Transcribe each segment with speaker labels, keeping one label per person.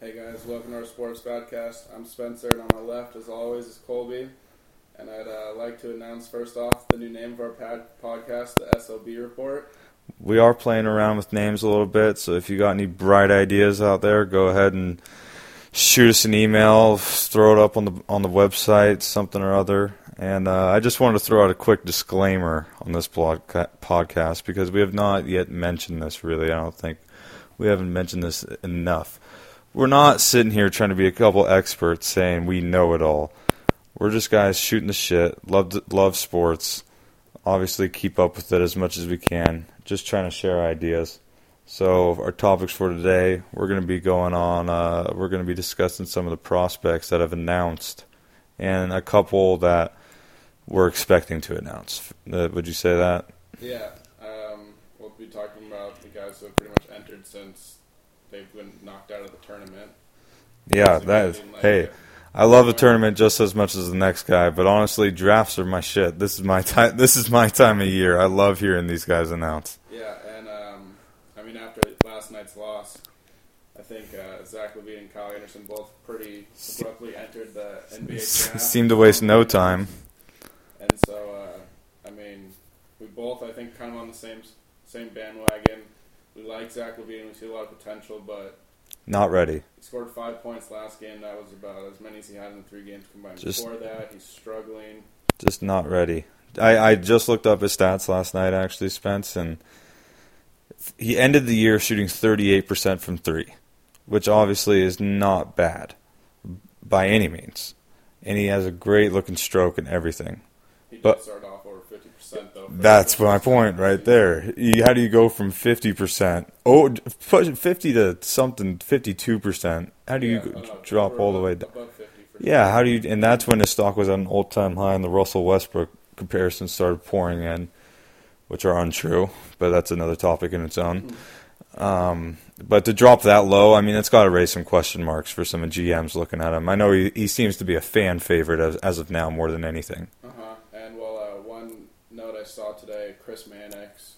Speaker 1: Hey guys, welcome to our sports podcast. I'm Spencer, and on my left, as always, is Colby. And I'd uh, like to announce first off the new name of our pad- podcast, the SOB Report.
Speaker 2: We are playing around with names a little bit, so if you got any bright ideas out there, go ahead and shoot us an email, throw it up on the on the website, something or other. And uh, I just wanted to throw out a quick disclaimer on this blog podcast because we have not yet mentioned this. Really, I don't think we haven't mentioned this enough. We're not sitting here trying to be a couple experts saying we know it all. We're just guys shooting the shit. Love to- love sports. Obviously, keep up with it as much as we can. Just trying to share ideas. So our topics for today, we're going to be going on. Uh, we're going to be discussing some of the prospects that have announced, and a couple that we're expecting to announce. Uh, would you say that?
Speaker 1: Yeah, um, we'll be talking about the guys who have pretty much entered since they've been knocked out of the tournament.
Speaker 2: Yeah,
Speaker 1: So
Speaker 2: Uh, that
Speaker 1: we
Speaker 2: is.
Speaker 1: didn't like
Speaker 2: Hey,
Speaker 1: it.
Speaker 2: I love the tournament just as much as the next guy, but honestly, drafts are my shit. This is my time. This is my time of year. I love hearing these guys announce.
Speaker 1: Yeah, and um, I mean, after last night's loss, I think uh, Zach Levine and Kyle Anderson both pretty abruptly entered the NBA draft.
Speaker 2: Seem to waste no time.
Speaker 1: And so, uh, I mean, we both, I think, kind of on the same same bandwagon. We like Zach Levine. We see a lot of potential, but
Speaker 2: Not ready.
Speaker 1: he scored five points last game. That was about as many as he had in the three games combined.
Speaker 2: Just-
Speaker 1: Before that, he's struggling.
Speaker 2: just not ready. I, I just looked up his stats last night, actually, Spence, and he ended the year shooting 38% from three, which obviously is not bad by any means. And he has a great looking stroke and everything.
Speaker 1: He did
Speaker 2: But-
Speaker 1: start off over 50%, though. for-
Speaker 2: That's my point right there. You, how do you go from 50%, oh, push it 50 to something, 52%? How do you
Speaker 1: Yeah,
Speaker 2: go-
Speaker 1: I know,
Speaker 2: drop
Speaker 1: we're
Speaker 2: all the way down?
Speaker 1: above, Above 50 for
Speaker 2: Yeah, how do you? And that's when his stock was at an all-time high, and the Russell Westbrook comparisons started pouring in, which are untrue, but that's another topic in its own. Um, but to drop that low, I mean, it's got to raise some question marks for some GMs looking at him. I know he, he seems to be a fan favorite as, as of now more than anything.
Speaker 1: Uh huh. And well, uh, one note I saw today, Chris Mannix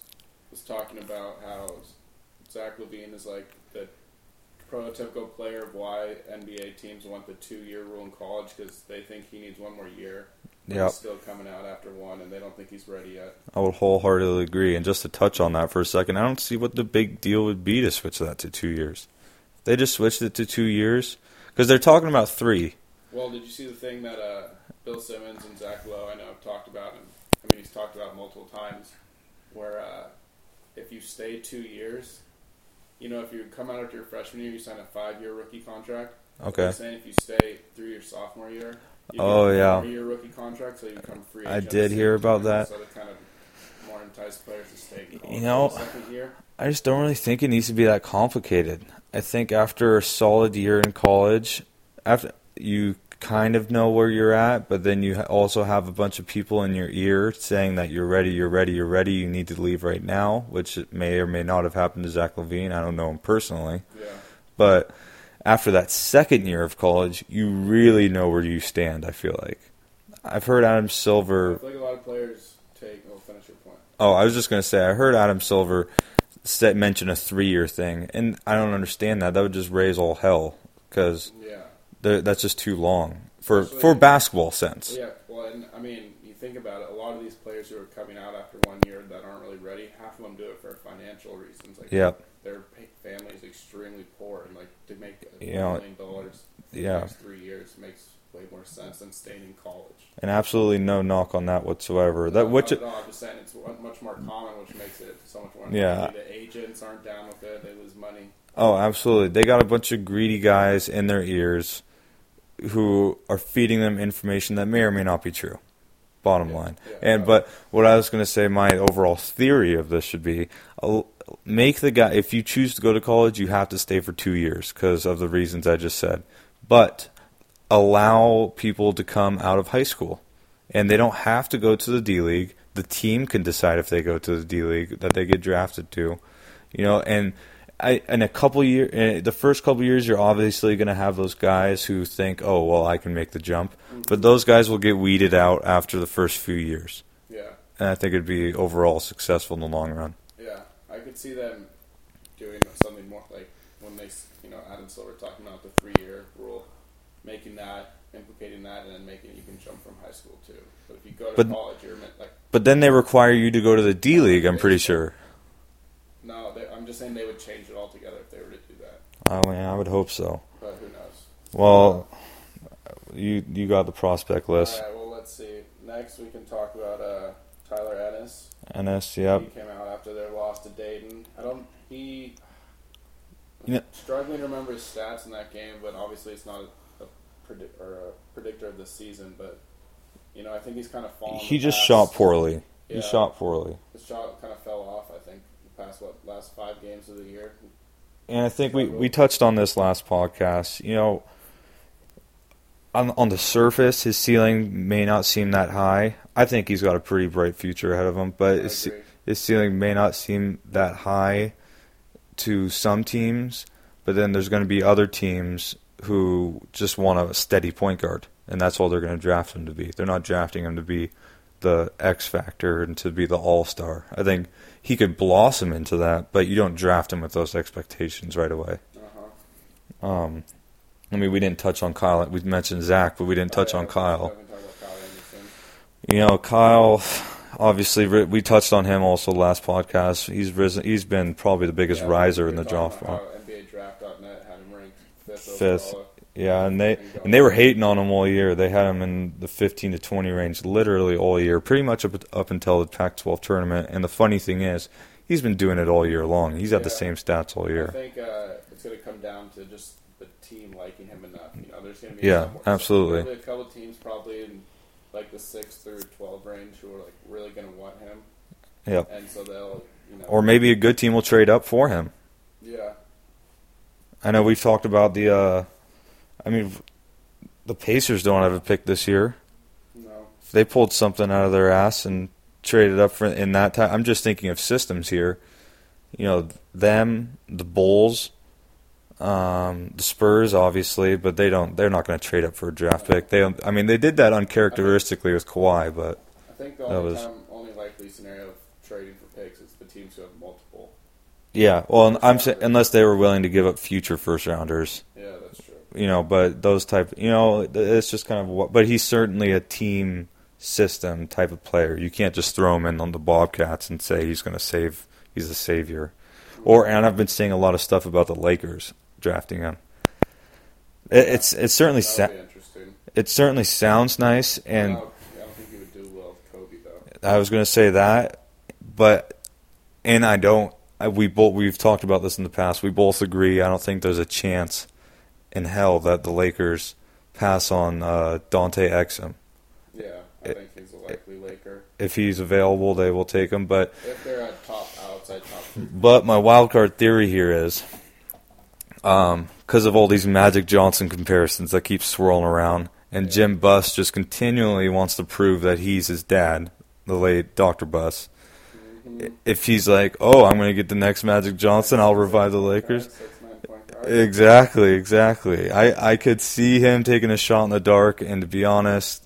Speaker 1: was talking about how Zach Levine is like the prototypical player of why NBA teams want the two-year rule in college because they think he needs one more year. but
Speaker 2: Yep.
Speaker 1: He's still coming out after one, and they don't think he's ready yet.
Speaker 2: I would wholeheartedly agree. And just to touch on that for a second, I don't see what the big deal would be to switch that to two years. They just switched it to two years because they're talking about three.
Speaker 1: Well, did you see the thing that uh, Bill Simmons and Zach Lowe, I know, have talked about, and I mean, he's talked about multiple times, where uh, if you stay two years, you know, if you come out after your freshman year, you sign a five-year rookie contract.
Speaker 2: Okay.
Speaker 1: They're saying if you stay through your sophomore year, you
Speaker 2: Oh, yeah.
Speaker 1: your rookie contract, so you become free.
Speaker 2: I
Speaker 1: agent
Speaker 2: did
Speaker 1: at the
Speaker 2: hear
Speaker 1: same
Speaker 2: about
Speaker 1: time,
Speaker 2: that.
Speaker 1: So to kind of more entice players to stay. in college
Speaker 2: You know-
Speaker 1: for the second year.
Speaker 2: I just don't really think it needs to be that complicated. I think after a solid year in college, after you kind of know where you're at, but then you ha- also have a bunch of people in your ear saying that you're ready, you're ready, you're ready, you need to leave right now, which it may or may not have happened to Zach Levine. I don't know him personally,
Speaker 1: Yeah.
Speaker 2: but after that second year of college, you really know where you stand. I feel like I've heard Adam Silver
Speaker 1: I feel like a lot of players take. I'll finish your point.
Speaker 2: Oh, I was just going to say, I heard Adam Silver said, mention a three year thing, and I don't understand that. That would just raise all hell because
Speaker 1: Yeah.
Speaker 2: that's just too long for,
Speaker 1: Especially-
Speaker 2: for basketball sense.
Speaker 1: Yeah, well, and I mean, you think about it. A lot of these players who are coming out after one year that aren't really ready, half of them do it for financial reasons. Like,
Speaker 2: Yeah.
Speaker 1: their pa- family is extremely poor, and like to make a
Speaker 2: You know,
Speaker 1: million dollars in the
Speaker 2: yeah.
Speaker 1: next three years makes way more sense than staying in college.
Speaker 2: And absolutely no knock on that whatsoever. That
Speaker 1: Not-
Speaker 2: which
Speaker 1: not at all, I'm just saying it's one- much more common, which makes it so much more.
Speaker 2: Yeah.
Speaker 1: unlikely. the agents aren't down with it; they lose money.
Speaker 2: Oh, absolutely. They got a bunch of greedy guys in their ears who are feeding them information that may or may not be true. Bottom
Speaker 1: Yeah,
Speaker 2: line.
Speaker 1: yeah.
Speaker 2: and but what I was going to say my overall theory of this should be uh, make the guy if you choose to go to college, you have to stay for 2 years because of the reasons I just said. But allow people to come out of high school and they don't have to go to the D League. The team can decide if they go to the D League that they get drafted to, you know. And I in a couple year, eh, the first couple years, you're obviously going to have those guys who think, oh well, I can make the jump, but those guys will get weeded out after the first few years,
Speaker 1: Yeah,
Speaker 2: and I think it'd be overall successful in the long run.
Speaker 1: yeah, I could see them doing something more like when when they, you know, Adam Silver talking about the three-year rule, making that, implicating that, and then making you can jump from high school too. But if you go to
Speaker 2: But-
Speaker 1: college, you're meant like
Speaker 2: But then they require you to go to the D League, I'm pretty sure.
Speaker 1: no. They, I'm just saying they would change it altogether if they were to do that.
Speaker 2: I mean, I would hope so.
Speaker 1: But who knows?
Speaker 2: Well, you you got the prospect list.
Speaker 1: All right. Well, let's see. Next, we can talk about uh, Tyler Ennis.
Speaker 2: NS, yep.
Speaker 1: He came out after their loss to Dayton. I don't. He.
Speaker 2: You know-
Speaker 1: struggling to remember his stats in that game, but obviously it's not a, a, predi- or a predictor of the season. But you know, I think he's kind of fallen.
Speaker 2: He
Speaker 1: the
Speaker 2: just
Speaker 1: past-
Speaker 2: shot poorly.
Speaker 1: Yeah.
Speaker 2: He shot poorly.
Speaker 1: His shot kind of fell off. I think the past what last five games of the year.
Speaker 2: And I think we, we touched on this last podcast. You know, on on the surface, his ceiling may not seem that high. I think he's got a pretty bright future ahead of him, but
Speaker 1: I
Speaker 2: Uh, it's,
Speaker 1: agree.
Speaker 2: his ceiling may not seem that high to some teams, but then there's going to be other teams who just want a steady point guard, and that's all they're going to draft him to be. They're not drafting him to be the X factor and to be the all star. I think he could blossom into that, but you don't draft him with those expectations right away.
Speaker 1: Uh-huh.
Speaker 2: Um, I mean, we didn't touch on Kyle. We mentioned Zach, but we didn't touch
Speaker 1: Oh, yeah,
Speaker 2: on
Speaker 1: we
Speaker 2: Kyle.
Speaker 1: haven't talked about Kyle Anderson.
Speaker 2: You know, Kyle. Obviously, ri- we touched on him also last podcast. He's risen. He's been probably the biggest
Speaker 1: Yeah,
Speaker 2: riser
Speaker 1: we
Speaker 2: in the
Speaker 1: were
Speaker 2: draft.
Speaker 1: talking
Speaker 2: round.
Speaker 1: about how NBADraft.net had him ranked fifth.
Speaker 2: Fifth.
Speaker 1: overall.
Speaker 2: Yeah, and they
Speaker 1: And go.
Speaker 2: and they were hating on him all year. They had him in the 15 to 20 range literally all year, pretty much up, up until the Pac-12 tournament. And the funny thing is, he's been doing it all year long. He's had the
Speaker 1: Yeah.
Speaker 2: same stats all
Speaker 1: I
Speaker 2: year.
Speaker 1: think uh, it's going to come down to just the team liking him enough. You know, there's going to be
Speaker 2: Yeah,
Speaker 1: some-
Speaker 2: absolutely.
Speaker 1: probably a couple teams probably in like the six through twelve range who are like really going to want him,
Speaker 2: Yep.
Speaker 1: and so they'll you know
Speaker 2: Or maybe a good team will trade up for him.
Speaker 1: yeah
Speaker 2: I know we've talked about the. Uh, I mean, the Pacers don't have a pick this year.
Speaker 1: no
Speaker 2: if they pulled something out of their ass and traded up for in that time. I'm just thinking of systems here. You know, them, the Bulls, um, the Spurs, obviously, but they don't. They're not going to trade up for a draft pick. They, don't- I mean, they did that uncharacteristically with Kawhi, but
Speaker 1: I think the
Speaker 2: That
Speaker 1: only
Speaker 2: was-
Speaker 1: time only likely scenario of trading for picks is the teams who have multiple.
Speaker 2: yeah. Well, I'm sa- unless they were willing to give up future first rounders.
Speaker 1: Yeah, that's true.
Speaker 2: you know, but those type, you know, it's just kind of what. But he's certainly a team system type of player. You can't just throw him in on the Bobcats and say he's going to save. He's a savior. Or and I've been seeing a lot of stuff about the Lakers drafting him. It, it's it certainly
Speaker 1: That would
Speaker 2: sa-
Speaker 1: be interesting.
Speaker 2: it certainly sounds nice,
Speaker 1: I,
Speaker 2: and
Speaker 1: don't, I don't think he would do well with Kobe though.
Speaker 2: I was going to say that, but and I don't. I, we both we've talked about this in the past. We both agree. I don't think there's a chance in hell that the Lakers pass on uh, Dante Exum.
Speaker 1: Yeah, I think he's a likely Laker.
Speaker 2: If he's available, they will take him. But
Speaker 1: If they're at top outside top three,
Speaker 2: but my wild card theory here is, um, because of all these Magic Johnson comparisons that keep swirling around, and Jim Buss just continually wants to prove that he's his dad, the late Doctor Buss.
Speaker 1: hmm,
Speaker 2: If he's like, oh, I'm going to get the next Magic Johnson, I'll revive the Lakers.
Speaker 1: Six, nine point guard.
Speaker 2: Exactly, exactly. I, I could see him taking a shot in the dark, and to be honest,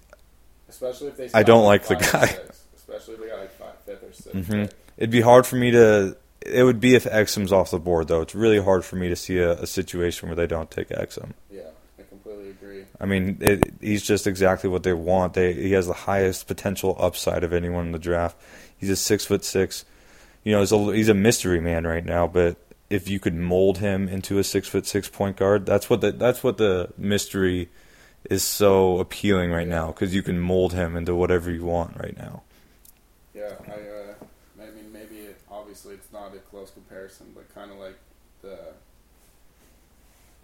Speaker 1: Especially if they.
Speaker 2: I don't
Speaker 1: stop
Speaker 2: like
Speaker 1: at
Speaker 2: the
Speaker 1: five or
Speaker 2: guy.
Speaker 1: six. Especially if they got like five, fifth or 6th
Speaker 2: Mhm. it'd be hard for me to. It would be if Exum's off the board, though. It's really hard for me to see a, a situation where they don't take Exum.
Speaker 1: Yeah, I completely agree.
Speaker 2: I mean, it, he's just exactly what they want. They he has the highest potential upside of anyone in the draft. He's a six foot six. You know, he's a, he's a mystery man right now. But if you could mold him into a six foot six point guard, that's what the that's what the mystery is so appealing right now because you can mold him into whatever you want right now.
Speaker 1: Yeah, I. Uh, I mean, maybe it, obviously it's not a close comparison, but kind of like the.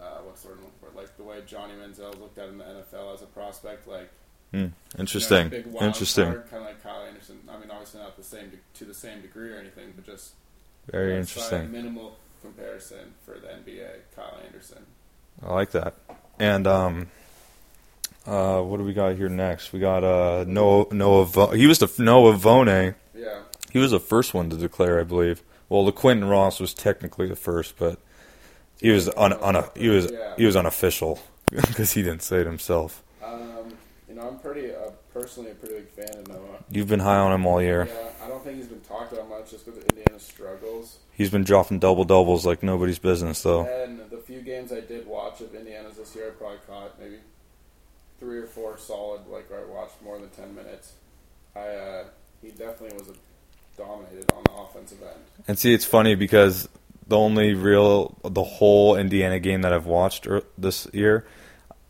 Speaker 1: Uh, what's the word I'm looking for? Like the way Johnny Manziel looked at in the NFL as a prospect, like
Speaker 2: Interesting, interesting,
Speaker 1: kind of like Kyle Anderson. I mean, obviously not the same de- to the same degree or anything, but just
Speaker 2: very
Speaker 1: that's why
Speaker 2: interesting.
Speaker 1: Minimal comparison for the NBA, Kyle Anderson.
Speaker 2: I like that. And um, uh, what do we got here next? We got uh Noah Noah. Vo- he was the f- Noah Vonay.
Speaker 1: Yeah,
Speaker 2: He was the first one to declare, I believe. Well, the Quentin Ross was technically the first, but he was un, un, he was
Speaker 1: Yeah.
Speaker 2: he was unofficial because he didn't say it himself.
Speaker 1: Um, you know, I'm pretty uh, personally a pretty big fan of Noah.
Speaker 2: You've been high on him all year.
Speaker 1: Yeah, I don't think he's been talked about much just because of Indiana's struggles.
Speaker 2: He's been dropping double doubles like nobody's business, though.
Speaker 1: And the few games I did watch of Indiana's this year, I probably caught maybe three or four solid, like where I watched more than ten minutes. I uh, he definitely was dominated on the offensive end.
Speaker 2: And see, it's funny because the only real, the whole Indiana game that I've watched er, this year,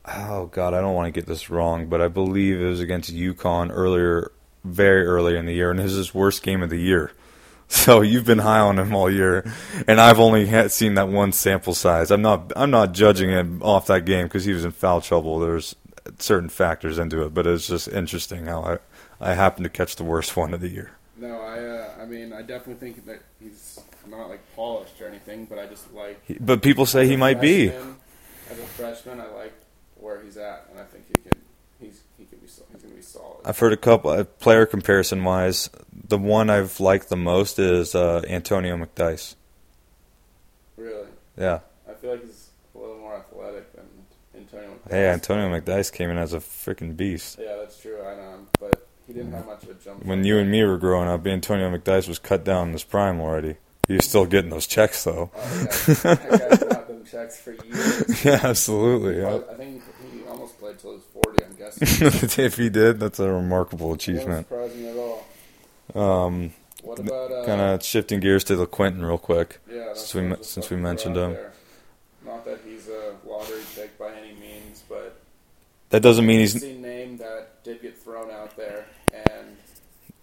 Speaker 2: oh god, I don't want to get this wrong, but I believe it was against UConn earlier, very early in the year, and it was his worst game of the year. So you've been high on him all year, and I've only had seen that one sample size. I'm not, I'm not judging him off that game because he was in foul trouble. There's certain factors into it, but it's just interesting how I, I happened to catch the worst one of the year.
Speaker 1: No, I uh, I mean I definitely think that he's not like polished or anything, but I just like.
Speaker 2: He, but people say he might be.
Speaker 1: As a freshman, I like where he's at, and I think he can. He's he can be he's gonna be solid.
Speaker 2: I've heard a couple uh, player comparison wise. The one I've liked the most is uh, Antonio McDice.
Speaker 1: Really.
Speaker 2: Yeah.
Speaker 1: I feel like he's a little more athletic than Antonio. McDice.
Speaker 2: Hey, Antonio McDice came in as a freaking beast.
Speaker 1: Yeah, that's true. I know, but he didn't have much of a jump.
Speaker 2: When you and me were growing up, Antonio McDice was cut down in his prime already. He was still getting those checks though.
Speaker 1: Oh, yeah. that guy's got them checks for years.
Speaker 2: Yeah, absolutely. Yeah.
Speaker 1: I think he almost played till he was forty. I'm guessing.
Speaker 2: if he did, that's a remarkable
Speaker 1: Not
Speaker 2: achievement.
Speaker 1: surprising at all.
Speaker 2: Um,
Speaker 1: What about uh,
Speaker 2: kind of shifting gears to the Quentin real quick.
Speaker 1: Yeah, that's
Speaker 2: since we
Speaker 1: what I
Speaker 2: men-
Speaker 1: was just
Speaker 2: since
Speaker 1: about
Speaker 2: we
Speaker 1: to throw
Speaker 2: mentioned
Speaker 1: out
Speaker 2: him.
Speaker 1: there. Not that he's a lottery pick by any means, but
Speaker 2: That doesn't mean
Speaker 1: he's
Speaker 2: he's.
Speaker 1: a name that did get thrown out there, and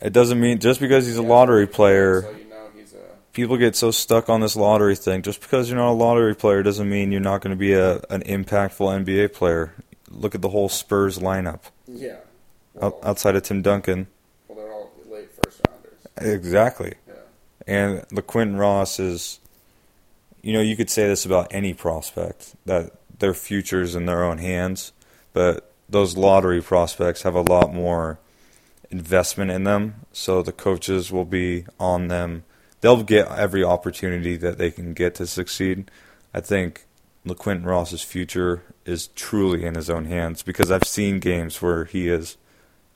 Speaker 2: It doesn't mean just because he's a
Speaker 1: Yeah,
Speaker 2: lottery player.
Speaker 1: So you know he's a
Speaker 2: People get so stuck on this lottery thing. Just because you're not a lottery player doesn't mean you're not going to be a an impactful NBA player. Look at the whole Spurs lineup
Speaker 1: yeah.
Speaker 2: out,
Speaker 1: Well,
Speaker 2: outside of Tim Duncan.
Speaker 1: well, they're all late first rounders.
Speaker 2: Exactly.
Speaker 1: Yeah,
Speaker 2: And the Quentin Ross is, you know, you could say this about any prospect that their future's in their own hands, but those lottery prospects have a lot more investment in them. So the coaches will be on them. They'll get every opportunity that they can get to succeed. I think LaQuinton Ross's future is truly in his own hands because I've seen games where he is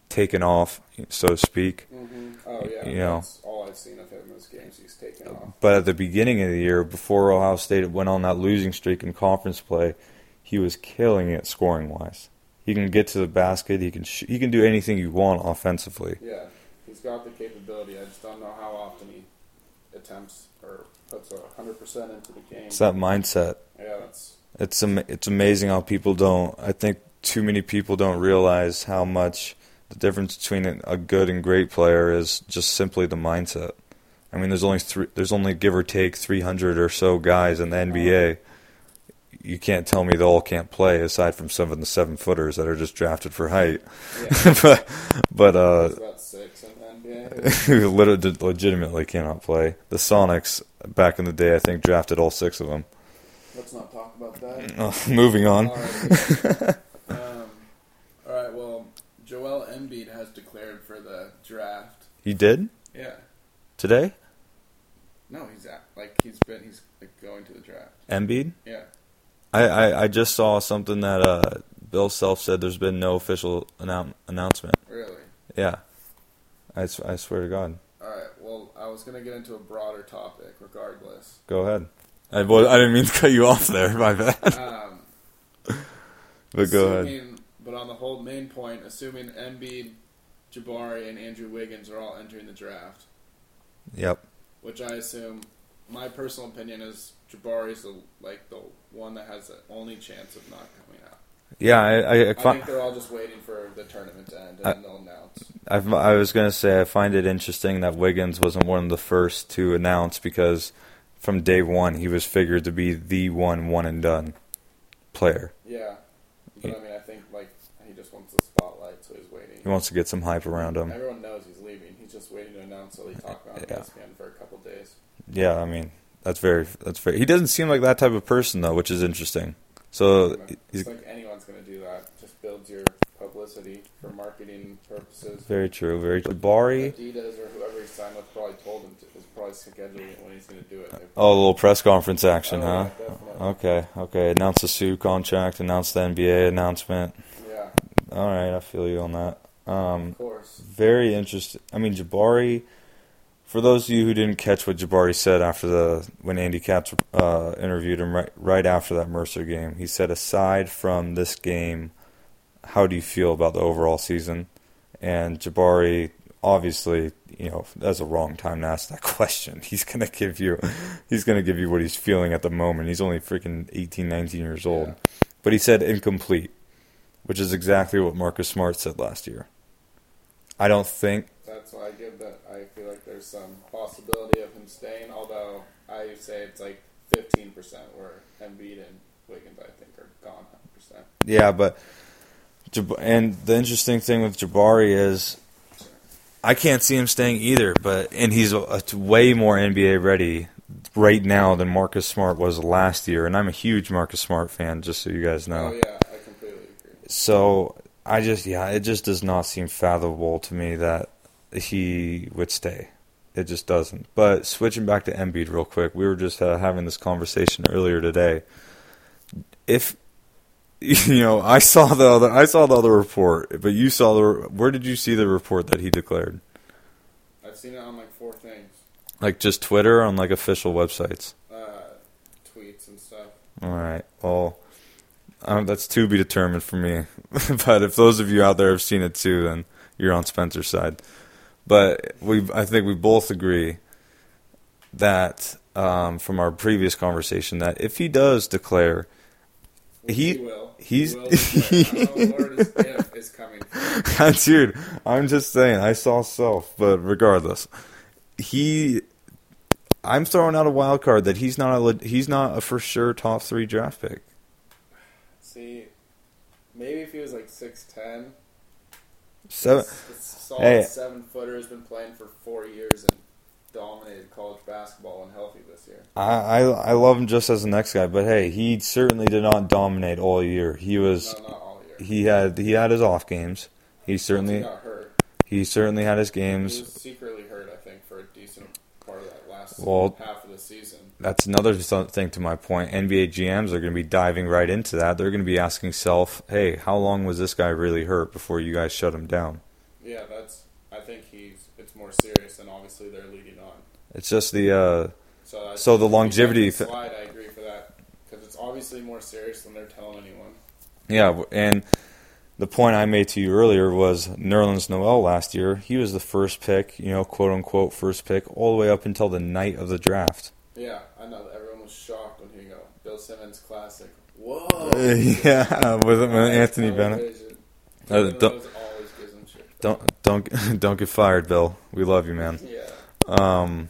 Speaker 2: taken off, so to speak,
Speaker 1: hmm oh yeah.
Speaker 2: You know.
Speaker 1: that's all I've seen of him is games he's taken off.
Speaker 2: But at the beginning of the year, before Ohio State went on that losing streak in conference play, he was killing it scoring wise. He can get to the basket. He can sh- he can do anything you want offensively.
Speaker 1: Yeah, he's got the capability. I just don't know how often he attempts or puts hundred percent into the game.
Speaker 2: It's that mindset.
Speaker 1: yeah, that's
Speaker 2: It's am- it's amazing how people don't. I think too many people don't realize how much the difference between a- a good and great player is just simply the mindset. I mean, there's only three, there's only give or take 300 or so guys in the NBA. You can't tell me they all can't play, aside from some of the seven footers that are just drafted for height.
Speaker 1: yeah.
Speaker 2: but but uh,
Speaker 1: He's about six in the NBA.
Speaker 2: who lit- legitimately cannot play. The Sonics back in the day, I think, drafted all six of them.
Speaker 1: Let's not talk about that.
Speaker 2: moving on.
Speaker 1: All right. um, all right. Well, Joel Embiid has declared for the draft.
Speaker 2: You did
Speaker 1: Yeah.
Speaker 2: today,
Speaker 1: No, he's at, like he's been he's like, going to the draft.
Speaker 2: Embiid.
Speaker 1: Yeah.
Speaker 2: I, I, I just saw something that uh, Bill Self said there's been no official annou- announcement.
Speaker 1: Really.
Speaker 2: Yeah. I, s- I swear to God.
Speaker 1: All right. Well, I was gonna get into a broader topic, regardless.
Speaker 2: Go ahead. I, well, I didn't mean to cut you off there, my bad.
Speaker 1: Um,
Speaker 2: But go ahead.
Speaker 1: assuming, But on the whole main point, assuming Embiid, Jabari, and Andrew Wiggins are all entering the draft,
Speaker 2: Yep.
Speaker 1: which I assume, my personal opinion is Jabari's the like the one that has the only chance of not coming out.
Speaker 2: Yeah, I, I, I,
Speaker 1: I
Speaker 2: fi-
Speaker 1: think they're all just waiting for the tournament to end and
Speaker 2: I-
Speaker 1: then they'll announce.
Speaker 2: I've, I was going to say I find it interesting that Wiggins wasn't one of the first to announce because from day one he was figured to be the one one and done player.
Speaker 1: Yeah. But I mean, I think like he just wants the spotlight, so he's waiting.
Speaker 2: He wants to get some hype around him.
Speaker 1: Everyone knows he's leaving. He's just waiting to announce so he talked about it
Speaker 2: Yeah.
Speaker 1: on E ESPN for a couple days.
Speaker 2: Yeah, I mean that's very that's very. He doesn't seem like that type of person though, which is interesting. So he's
Speaker 1: It's like anyone's going to do that. Just builds your publicity for marketing purposes.
Speaker 2: very true. Very true. Bari.
Speaker 1: Adidas or whoever he signed with probably told him to, is probably scheduling when he's going to do it.
Speaker 2: Oh, a little press conference action,
Speaker 1: Oh,
Speaker 2: huh? Uh-huh.
Speaker 1: yeah, definitely.
Speaker 2: Okay, okay. Announce the Sue contract. Announce the NBA announcement.
Speaker 1: Yeah,
Speaker 2: All right, I feel you on that. Um,
Speaker 1: of course.
Speaker 2: very interesting. I mean, Jabari for those of you who didn't catch what Jabari said after the when Andy Katz uh, interviewed him right, right after that Mercer game, he said, aside from this game, how do you feel about the overall season? And Jabari, obviously, you know, that's a wrong time to ask that question. He's gonna give you, he's gonna give you what he's feeling at the moment. He's only freaking 18, 19 years old,
Speaker 1: Yeah.
Speaker 2: but he said incomplete, which is exactly what Marcus Smart said last year. I don't think
Speaker 1: That's why I give that. I feel like there's some possibility of him staying, although I say it's like 15% where Embiid and Wiggins, I think, are gone 100%.
Speaker 2: Yeah, but Jab- and the interesting thing with Jabari is I can't see him staying either. But and he's a, a- way more NBA ready right now than Marcus Smart was last year. And I'm a huge Marcus Smart fan, just so you guys know.
Speaker 1: Oh, yeah, I completely agree.
Speaker 2: So I just yeah, it just does not seem fathomable to me that he would stay. It just doesn't. But switching back to Embiid real quick, we were just uh, having this conversation earlier today. If you know, I saw the other I saw the other report, but you saw the where did you see the report that he declared?
Speaker 1: I've seen it on like four things
Speaker 2: Like just Twitter or on like official websites.
Speaker 1: uh, tweets and stuff.
Speaker 2: All right. Well, um, that's to be determined for me. but if those of you out there have seen it too, then you're on Spencer's side. But we, I think we both agree that um, from our previous conversation that if he does declare,
Speaker 1: Which
Speaker 2: He-
Speaker 1: will.
Speaker 2: he's-
Speaker 1: He will declare. I don't know where this if is coming from.
Speaker 2: dude, I'm just saying, I saw self. But regardless, he, I'm throwing out a wild card that he's not a le- he's not a for sure top three draft pick.
Speaker 1: See, maybe if he was like 6'10,
Speaker 2: Seven.
Speaker 1: s- solid
Speaker 2: Hey.
Speaker 1: seven footer has been playing for four years and dominated college basketball and healthy this year.
Speaker 2: I, I I love him just as the next guy, but hey, he certainly did not dominate all year. He was
Speaker 1: No, not all year.
Speaker 2: he had he had his off games. He
Speaker 1: He
Speaker 2: certainly
Speaker 1: got hurt.
Speaker 2: he certainly had his
Speaker 1: He
Speaker 2: games.
Speaker 1: was secretly hurt, I think, for a decent part of that last
Speaker 2: Well-
Speaker 1: half of the season.
Speaker 2: That's another so- thing to my point. NBA GMs are going to be diving right into that. They're going to be asking self, "Hey, how long was this guy really hurt before you guys shut him down?"
Speaker 1: Yeah, that's. I think he's. It's more serious, and obviously they're leading on.
Speaker 2: It's just the uh,
Speaker 1: So, that's-
Speaker 2: So the longevity
Speaker 1: If you
Speaker 2: th-
Speaker 1: let it slide. I agree for that because it's obviously more serious than they're telling anyone.
Speaker 2: Yeah, w- and the point I made to you earlier was Nerlens Noel last year. He was the first pick, you know, quote unquote first pick, all the way up until the night of the draft.
Speaker 1: Yeah, I know. that Everyone was shocked when he go Bill Simmons classic. Whoa.
Speaker 2: yeah, with, with Uh, Anthony Bennett.
Speaker 1: Television.
Speaker 2: Uh,
Speaker 1: Everyone
Speaker 2: don't-
Speaker 1: always gives him shit.
Speaker 2: Don't don't don't get fired, Bill. We love you, man.
Speaker 1: Yeah.
Speaker 2: Um,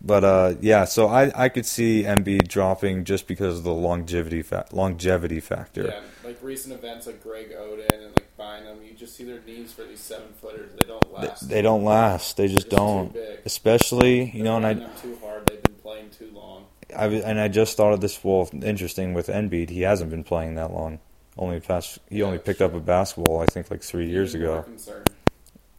Speaker 2: but uh, yeah, so I, I could see MB dropping just because of the longevity fa- longevity factor.
Speaker 1: Yeah, like recent events like Greg Oden and like Bynum, you just see their needs for these seven footers. They don't
Speaker 2: They,
Speaker 1: last.
Speaker 2: they don't last. They just
Speaker 1: They're too
Speaker 2: don't.
Speaker 1: big.
Speaker 2: Especially, you
Speaker 1: They're
Speaker 2: know, and I
Speaker 1: playing them too hard. They've been playing too long.
Speaker 2: I was, and I just thought of this. Well, interesting with Embiid, he hasn't been playing that long. Only past he
Speaker 1: Yeah,
Speaker 2: only
Speaker 1: that's
Speaker 2: picked up
Speaker 1: true.
Speaker 2: a basketball, I think, like three years
Speaker 1: Even more
Speaker 2: ago.
Speaker 1: concerned.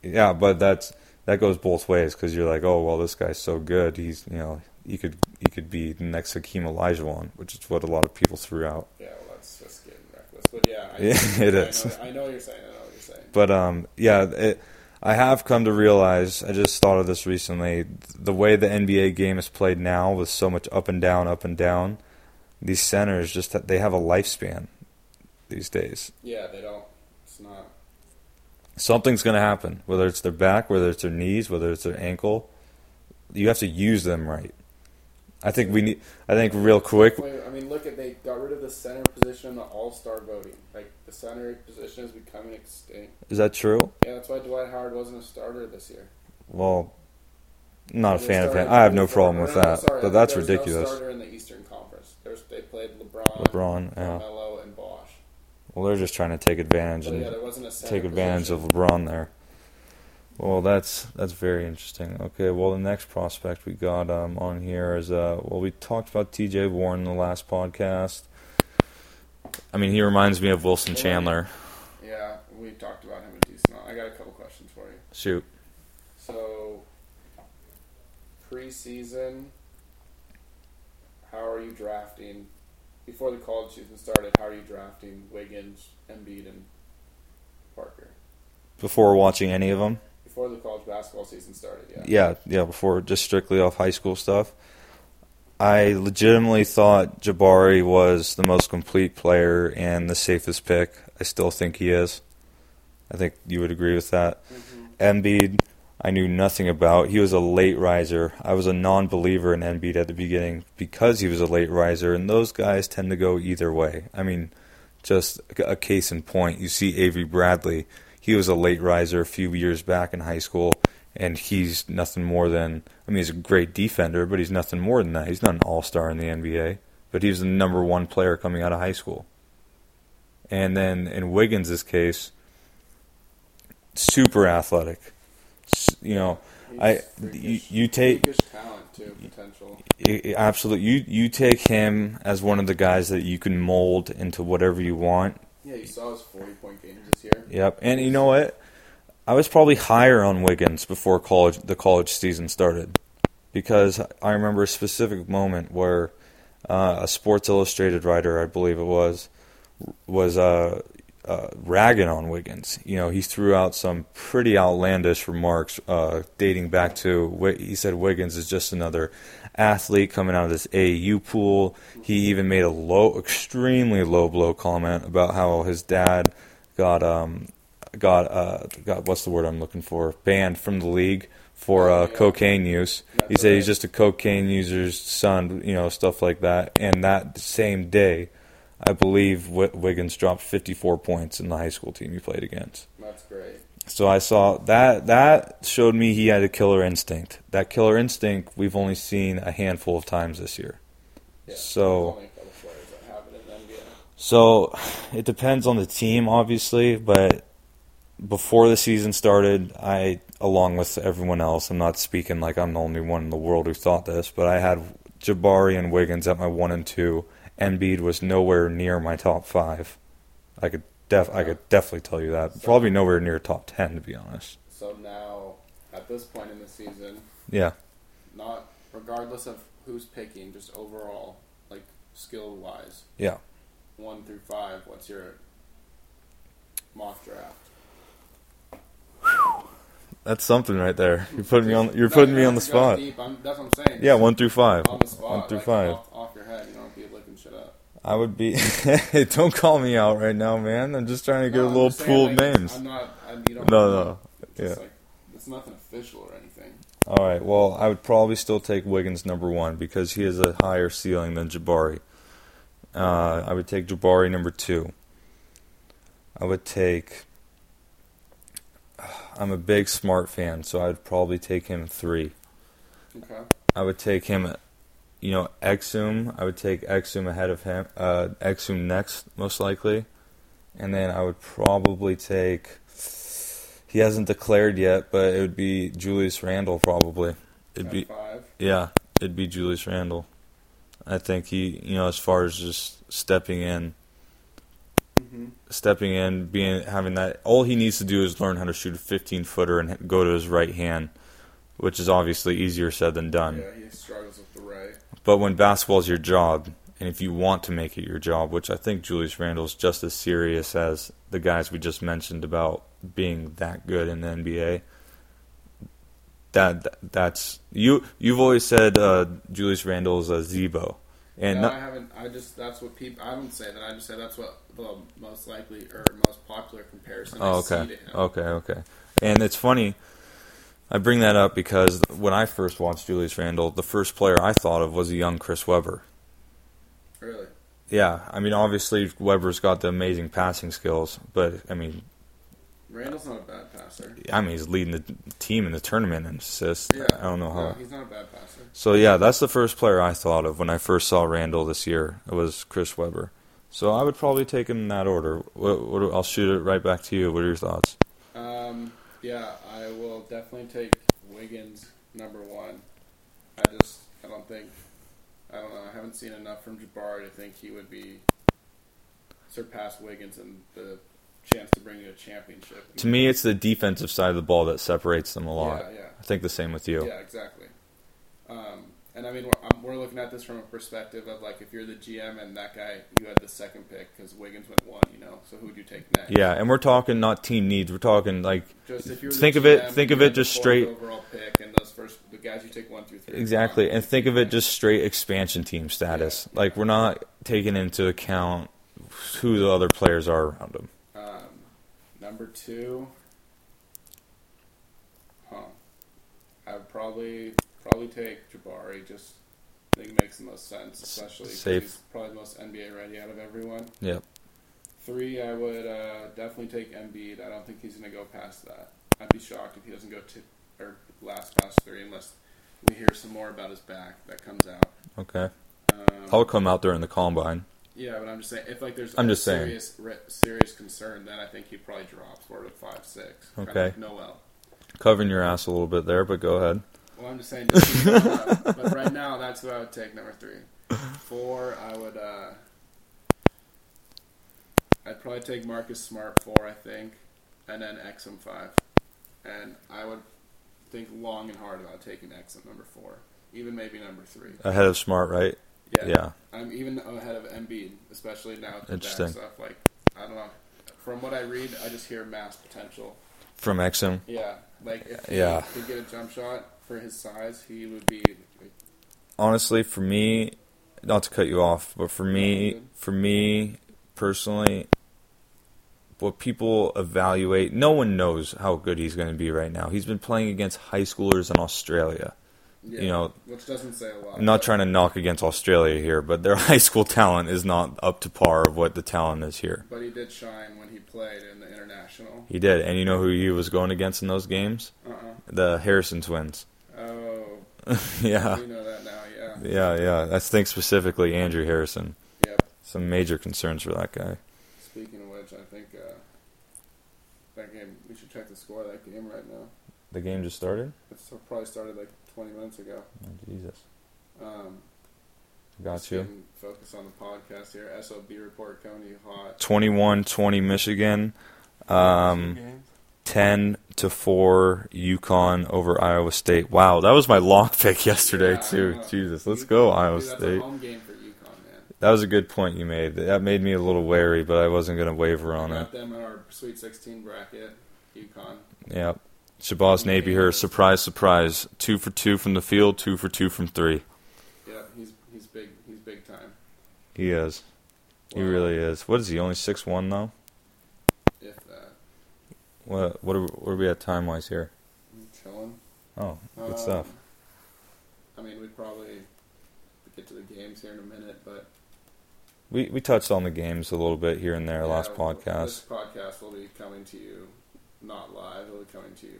Speaker 2: Yeah, but that's that goes both ways because you're like, oh well, this guy's so good, he's you know he could he could be the next Hakeem Olajuwon, which is what a lot of people threw out.
Speaker 1: Yeah, well, that's just getting reckless. But yeah, I,
Speaker 2: Yeah, it
Speaker 1: I
Speaker 2: is.
Speaker 1: Know, I know what you're saying. I know what you're saying.
Speaker 2: But um, yeah, it, I have come to realize. I just thought of this recently. The way the NBA game is played now, with so much up and down, up and down, these centers just they have a lifespan these days.
Speaker 1: Yeah, they don't. It's not.
Speaker 2: something's going to happen whether it's their back whether it's their knees whether it's their ankle you have to use them right i think we need i think real quick
Speaker 1: Wait, I mean, look at they got rid of the center position in the All Star voting. Like the center position is becoming extinct.
Speaker 2: is that true
Speaker 1: Yeah, that's why Dwight Howard wasn't a starter this year.
Speaker 2: well I'm not a
Speaker 1: They
Speaker 2: fan of
Speaker 1: started-
Speaker 2: him i have no
Speaker 1: they started-
Speaker 2: problem with
Speaker 1: no, no,
Speaker 2: that
Speaker 1: sorry,
Speaker 2: but that's
Speaker 1: there was no
Speaker 2: ridiculous
Speaker 1: starter in the Eastern Conference. There's, they played LeBron,
Speaker 2: lebron yeah
Speaker 1: Carmelo, and Bosch.
Speaker 2: well they're just trying to take advantage
Speaker 1: So yeah,
Speaker 2: and
Speaker 1: there wasn't a center
Speaker 2: take advantage
Speaker 1: position.
Speaker 2: of lebron there well that's that's very interesting okay well the next prospect we got um, on here is uh well we talked about tj warren in the last podcast i mean he reminds me of wilson
Speaker 1: Yeah.
Speaker 2: chandler
Speaker 1: Yeah, we talked about him a decent amount. I got a couple questions for you.
Speaker 2: Shoot.
Speaker 1: So, preseason, how are you drafting? Before the college season started, how are you drafting Wiggins, Embiid, and Parker?
Speaker 2: Before watching any of them,
Speaker 1: before the college basketball season started. Yeah.
Speaker 2: yeah, yeah, before just strictly off high school stuff. I legitimately thought Jabari was the most complete player and the safest pick. I still think he is. I think you would agree with that.
Speaker 1: Mhm.
Speaker 2: Embiid, I knew nothing about. He was a late riser. I was a non believer in Embiid at the beginning because he was a late riser, and those guys tend to go either way. I mean, just a case in point, you see Avery Bradley. He was a late riser a few years back in high school, and he's nothing more than I mean, he's a great defender, but he's nothing more than that. He's not an all star in the NBA, but he was the number one player coming out of high school. And then in Wiggins' case, super athletic. S- You know,
Speaker 1: He's
Speaker 2: I- you-
Speaker 1: freakish,
Speaker 2: you take-
Speaker 1: freakish talent too, potential.
Speaker 2: I- I- absolutely. You you take him as one of the guys that you can mold into whatever you want.
Speaker 1: Yeah, you saw his forty-point games this year.
Speaker 2: Yep. And you know what? I was probably higher on Wiggins before college the college season started because I remember a specific moment where uh, a Sports Illustrated writer, I believe it was, was uh, uh, ragging on Wiggins. You know, he threw out some pretty outlandish remarks uh, dating back to Wi- he said Wiggins is just another athlete coming out of this AU pool. He even made a low, extremely low blow comment about how his dad got um got uh got what's the word I'm looking for banned from the league for
Speaker 1: Oh,
Speaker 2: uh,
Speaker 1: yeah.
Speaker 2: cocaine use. he
Speaker 1: That's
Speaker 2: said he's
Speaker 1: right.
Speaker 2: just a cocaine user's son, you know, stuff like that. And that same day. I believe Wi- Wiggins dropped 54 points in the high school team he played against.
Speaker 1: That's great.
Speaker 2: So I saw that that showed me he had a killer instinct. That killer instinct we've only seen a handful of times this year.
Speaker 1: Yeah.
Speaker 2: So-
Speaker 1: Only a couple players that have it in the NBA.
Speaker 2: So it depends on the team obviously, but before the season started, I along with everyone else, I'm not speaking like I'm the only one in the world who thought this, but I had Jabari and Wiggins at my 1 and 2. Embiid was nowhere near my top 5. I could def I could definitely tell you that. Probably nowhere near top 10 to be honest.
Speaker 1: So now, at this point in the season,
Speaker 2: Yeah.
Speaker 1: not regardless of who's picking, just overall, like skill wise.
Speaker 2: Yeah.
Speaker 1: One through five, what's your mock draft?
Speaker 2: That's something right there. You're putting me on. You're
Speaker 1: No,
Speaker 2: putting me
Speaker 1: don't
Speaker 2: on the
Speaker 1: have to go
Speaker 2: spot.
Speaker 1: Deep. I'm, that's what I'm saying.
Speaker 2: Yeah, one through five.
Speaker 1: on the spot,
Speaker 2: One through
Speaker 1: like,
Speaker 2: five.
Speaker 1: Off, off your head, you don't be looking shit up.
Speaker 2: I would be. Hey, don't call me out right now, man. I'm just trying to get
Speaker 1: No,
Speaker 2: a
Speaker 1: I'm
Speaker 2: little
Speaker 1: just saying,
Speaker 2: pool of
Speaker 1: like,
Speaker 2: names.
Speaker 1: I'm not. I, you don't
Speaker 2: No, no.
Speaker 1: It's just
Speaker 2: yeah.
Speaker 1: like it's nothing official or anything.
Speaker 2: All right. Well, I would probably still take Wiggins number one because he has a higher ceiling than Jabari. Uh, I would take Jabari number two. I would take. I'm a big Smart fan, so I'd probably take him three.
Speaker 1: Okay.
Speaker 2: I would take him, you know, Exum. I would take Exum ahead of him. Uh, Exum next, most likely, and then I would probably take. He hasn't declared yet, but it would be Julius Randle probably. It'd
Speaker 1: at
Speaker 2: be
Speaker 1: five.
Speaker 2: yeah, it'd be Julius Randle. I think he, you know, as far as just stepping in,
Speaker 1: Mm-hmm.
Speaker 2: stepping in, being having that. All he needs to do is learn how to shoot a 15 footer and h- go to his right hand, which is obviously easier said than done.
Speaker 1: Yeah, he struggles with the ray.
Speaker 2: But when basketball's your job, and if you want to make it your job, which I think Julius Randle's just as serious as the guys we just mentioned about being that good in the NBA. That that's you. You've always said uh, Julius Randle's a Zebo, and
Speaker 1: no,
Speaker 2: not-
Speaker 1: I haven't. I just that's what people. I don't say that. I just say that's what the most likely or most popular comparison.
Speaker 2: Oh,
Speaker 1: I
Speaker 2: okay.
Speaker 1: See to him.
Speaker 2: Okay, okay. And it's funny. I bring that up because when I first watched Julius Randle, the first player I thought of was a young Chris Webber.
Speaker 1: Really?
Speaker 2: Yeah, I mean, obviously Weber's got the amazing passing skills, but I mean,
Speaker 1: Randall's not a bad passer.
Speaker 2: I mean, he's leading the team in the tournament in assists.
Speaker 1: Yeah.
Speaker 2: I don't know how.
Speaker 1: No, he's not a bad passer.
Speaker 2: So yeah, that's the first player I thought of when I first saw Randall this year. It was Chris Webber. So I would probably take him in that order. What, what, I'll shoot it right back to you. What are your thoughts?
Speaker 1: Um, yeah, I will definitely take Wiggins number one. I just I don't think I don't know. I haven't seen enough from Jabari to think he would be surpass Wiggins in the chance to bring you a championship.
Speaker 2: To me, it's the defensive side of the ball that separates them a lot.
Speaker 1: Yeah,
Speaker 2: I think the same with
Speaker 1: yeah,
Speaker 2: you.
Speaker 1: yeah, exactly. Um, And I mean, we're, I'm- we're looking at this from a perspective of like if you're the GM and that guy, you had the second pick because Wiggins went one, you know. So who would you take next?
Speaker 2: Yeah, and we're talking not team needs. We're talking like
Speaker 1: Just if you're the
Speaker 2: Think of it-
Speaker 1: GM,
Speaker 2: think
Speaker 1: you
Speaker 2: of it
Speaker 1: had the
Speaker 2: just
Speaker 1: fourth
Speaker 2: straight-
Speaker 1: overall pick and those first the guys you take one through three.
Speaker 2: exactly, and think of it just straight expansion team status. Like we're not taking into account who the other players are around them.
Speaker 1: Um, number two, huh? I would probably probably take Jabari. Just I think makes the most sense, especially 'cause
Speaker 2: safe.
Speaker 1: he's probably the most NBA ready out of everyone.
Speaker 2: Yep.
Speaker 1: Three, I would uh, definitely take Embiid. I don't think he's going to go past that. I'd be shocked if he doesn't go to or last past three unless we hear some more about his back that comes out.
Speaker 2: Okay,
Speaker 1: Um,
Speaker 2: I'll come out during the combine.
Speaker 1: yeah, but I'm just saying if like there's
Speaker 2: I'm
Speaker 1: a
Speaker 2: just saying.
Speaker 1: serious re- serious concern, then I think he probably drops four to five six. Kind of
Speaker 2: Okay.
Speaker 1: like Noel.
Speaker 2: Covering your ass a little bit there, but go ahead.
Speaker 1: Well, I'm just saying, just so you know that. but right now that's who I would take number three. Four, I would. uh I'd probably take Marcus Smart four, I think, and then Exum five, and I would think long and hard about taking Exum number four, even maybe number three.
Speaker 2: Ahead of Smart, right?
Speaker 1: Yeah,
Speaker 2: Yeah.
Speaker 1: I'm even ahead of Embiid, especially now with the back
Speaker 2: Interesting.
Speaker 1: stuff. Like, I don't know. From what I read, I just hear mass potential.
Speaker 2: From Exum.
Speaker 1: Yeah, like if he
Speaker 2: Yeah.
Speaker 1: could get a jump shot for his size, he would be
Speaker 2: honestly, for me, not to cut you off, but for me, for me personally, what people evaluate, no one knows how good he's going to be right now. He's been playing against high schoolers in Australia.
Speaker 1: Yeah,
Speaker 2: You know-
Speaker 1: which doesn't say a lot.
Speaker 2: I'm not trying to knock against Australia here, but their high school talent is not up to par of what the talent is here.
Speaker 1: But he did shine when he played in the international.
Speaker 2: He did, and you know who he was going against in those games?
Speaker 1: Uh-uh.
Speaker 2: The Harrison twins.
Speaker 1: Oh,
Speaker 2: yeah,
Speaker 1: we know that now. Yeah.
Speaker 2: yeah, yeah. That's think specifically Andrew Harrison.
Speaker 1: Yep.
Speaker 2: Some major concerns for that guy.
Speaker 1: Speaking of which, I think uh, that game. We should check the score of that game right now.
Speaker 2: The game just started.
Speaker 1: It's probably started like 20 minutes ago.
Speaker 2: Oh, Jesus.
Speaker 1: Um,
Speaker 2: Got
Speaker 1: just
Speaker 2: you.
Speaker 1: getting Focus on the podcast here. Sob report. Coney hot.
Speaker 2: 21 20 Michigan, um, 10 to 4 Yukon over Iowa State. Wow, that was my lock pick yesterday,
Speaker 1: Yeah, I
Speaker 2: too.
Speaker 1: know.
Speaker 2: Jesus, let's
Speaker 1: Dude,
Speaker 2: go, Iowa
Speaker 1: Dude, that's a
Speaker 2: State.
Speaker 1: home game for UConn, man.
Speaker 2: That was a good point you made. That made me a little wary, but I wasn't going to waver on
Speaker 1: We
Speaker 2: it.
Speaker 1: got them in our Sweet 16 bracket. UConn.
Speaker 2: Yep. Shabazz Napier, here. surprise, surprise. Two for two from the field, two for two from three.
Speaker 1: Yeah, he's he's big. He's big time.
Speaker 2: He is. He
Speaker 1: Wow.
Speaker 2: really is. What is he, only six one though?
Speaker 1: If uh, that.
Speaker 2: What, what, are, what are we at time wise here?
Speaker 1: I'm chilling.
Speaker 2: Oh, good
Speaker 1: Um,
Speaker 2: stuff.
Speaker 1: I mean, we'd probably get to the games here in a minute, but
Speaker 2: We we touched on the games a little bit here and there
Speaker 1: yeah,
Speaker 2: last
Speaker 1: This
Speaker 2: podcast.
Speaker 1: podcast will be coming to you not live. It'll be coming to you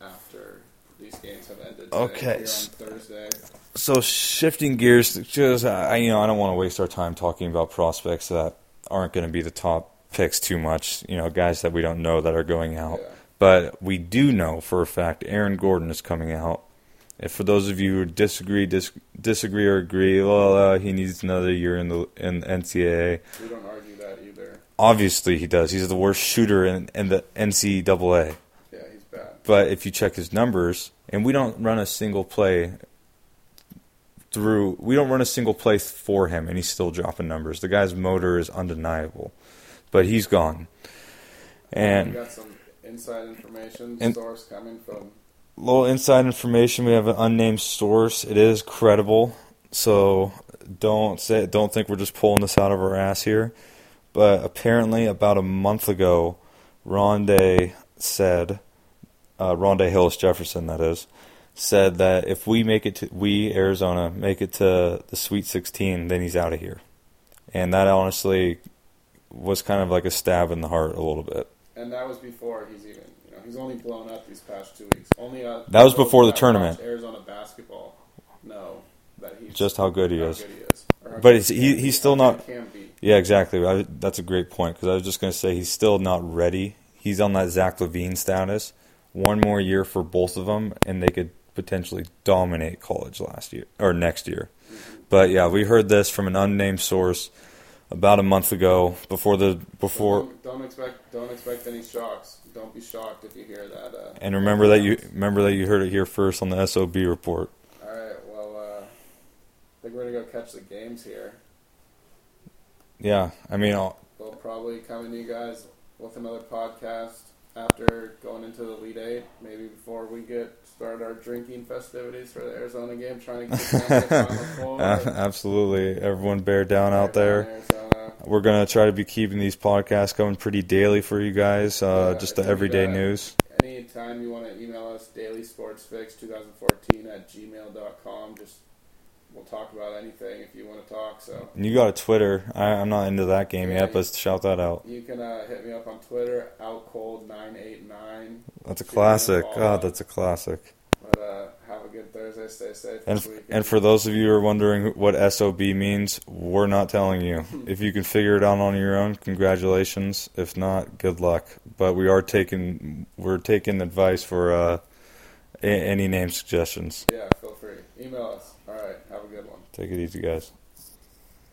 Speaker 1: after these games have ended. Today.
Speaker 2: Okay,
Speaker 1: Here on
Speaker 2: s-
Speaker 1: Thursday.
Speaker 2: So shifting gears, just I you know I don't want to waste our time talking about prospects that aren't going to be the top picks too much. You know, guys that we don't know that are going out,
Speaker 1: Yeah.
Speaker 2: but we do know for a fact Aaron Gordon is coming out. If for those of you who disagree, dis- disagree or agree, well, uh, he needs another year in the in the NCAA.
Speaker 1: We don't argue that either.
Speaker 2: Obviously, he does. He's the worst shooter in, in the NCAA.
Speaker 1: Yeah, he's bad.
Speaker 2: But if you check his numbers, and we don't run a single play through, we don't run a single play for him, and he's still dropping numbers. The guy's motor is undeniable, but he's gone.
Speaker 1: We
Speaker 2: And
Speaker 1: got some inside information
Speaker 2: And-
Speaker 1: source coming from
Speaker 2: little inside information: we have an unnamed source. It is credible, so don't say, don't think we're just pulling this out of our ass here. But apparently, about a month ago, Rondé said, uh, Rondé Hillis Jefferson, that is, said that if we make it to, we, Arizona, make it to the Sweet 16, then he's out of here. And that honestly was kind of like a stab in the heart a little bit.
Speaker 1: And that was before he's even, you know, he's only blown up these past two weeks. Only uh,
Speaker 2: That was before the
Speaker 1: that
Speaker 2: tournament.
Speaker 1: watch Arizona basketball. No, that he's
Speaker 2: Just how good he
Speaker 1: how
Speaker 2: is.
Speaker 1: good he is. Or how
Speaker 2: But
Speaker 1: good
Speaker 2: it's-
Speaker 1: can
Speaker 2: he-
Speaker 1: be,
Speaker 2: he's still
Speaker 1: how good
Speaker 2: not-
Speaker 1: he Can be.
Speaker 2: Yeah, exactly. I, that's a great point because I was just going to say he's still not ready. He's on that Zach Levine status. One more year for both of them, and they could potentially dominate college last year or next year. But yeah, we heard this from an unnamed source about a month ago before the before.
Speaker 1: don't, don't expect don't expect any shocks. Don't be shocked if you hear that. Uh,
Speaker 2: And remember that you remember that you heard it here first on the SOB report.
Speaker 1: All right. Well, uh, think we're gonna go catch the games here.
Speaker 2: Yeah, I mean, I'll,
Speaker 1: We'll probably come to you guys with another podcast after going into the lead eight, maybe before we get start our drinking festivities for the Arizona game, trying to get down to the Final Four.
Speaker 2: absolutely. Everyone bear down Uh, out there.
Speaker 1: Arizona.
Speaker 2: We're going to try to be keeping these podcasts going pretty daily for you guys, uh,
Speaker 1: Yeah,
Speaker 2: just
Speaker 1: I
Speaker 2: the
Speaker 1: think
Speaker 2: everyday
Speaker 1: that-
Speaker 2: news.
Speaker 1: Anytime you want to email us, dailysportsfix2014 at gmail.com. Just we'll talk about anything if you want to talk. So
Speaker 2: And you got a Twitter. I, I'm not into that game
Speaker 1: Yeah,
Speaker 2: yet,
Speaker 1: you-
Speaker 2: but shout that out.
Speaker 1: you can uh, hit me up on Twitter, outcold989.
Speaker 2: That's a
Speaker 1: Shoot me a
Speaker 2: classic.
Speaker 1: ball.
Speaker 2: God, that's a classic.
Speaker 1: But uh, have a good Thursday. Stay safe
Speaker 2: And
Speaker 1: this
Speaker 2: f-
Speaker 1: weekend.
Speaker 2: and for those of you who are wondering what SOB means, we're not telling you. if you can figure it out on your own, congratulations. If not, good luck. But we are taking we're taking advice for uh, a- any name suggestions.
Speaker 1: yeah, feel free. Email us. All right. Have a good one.
Speaker 2: Take it easy, guys.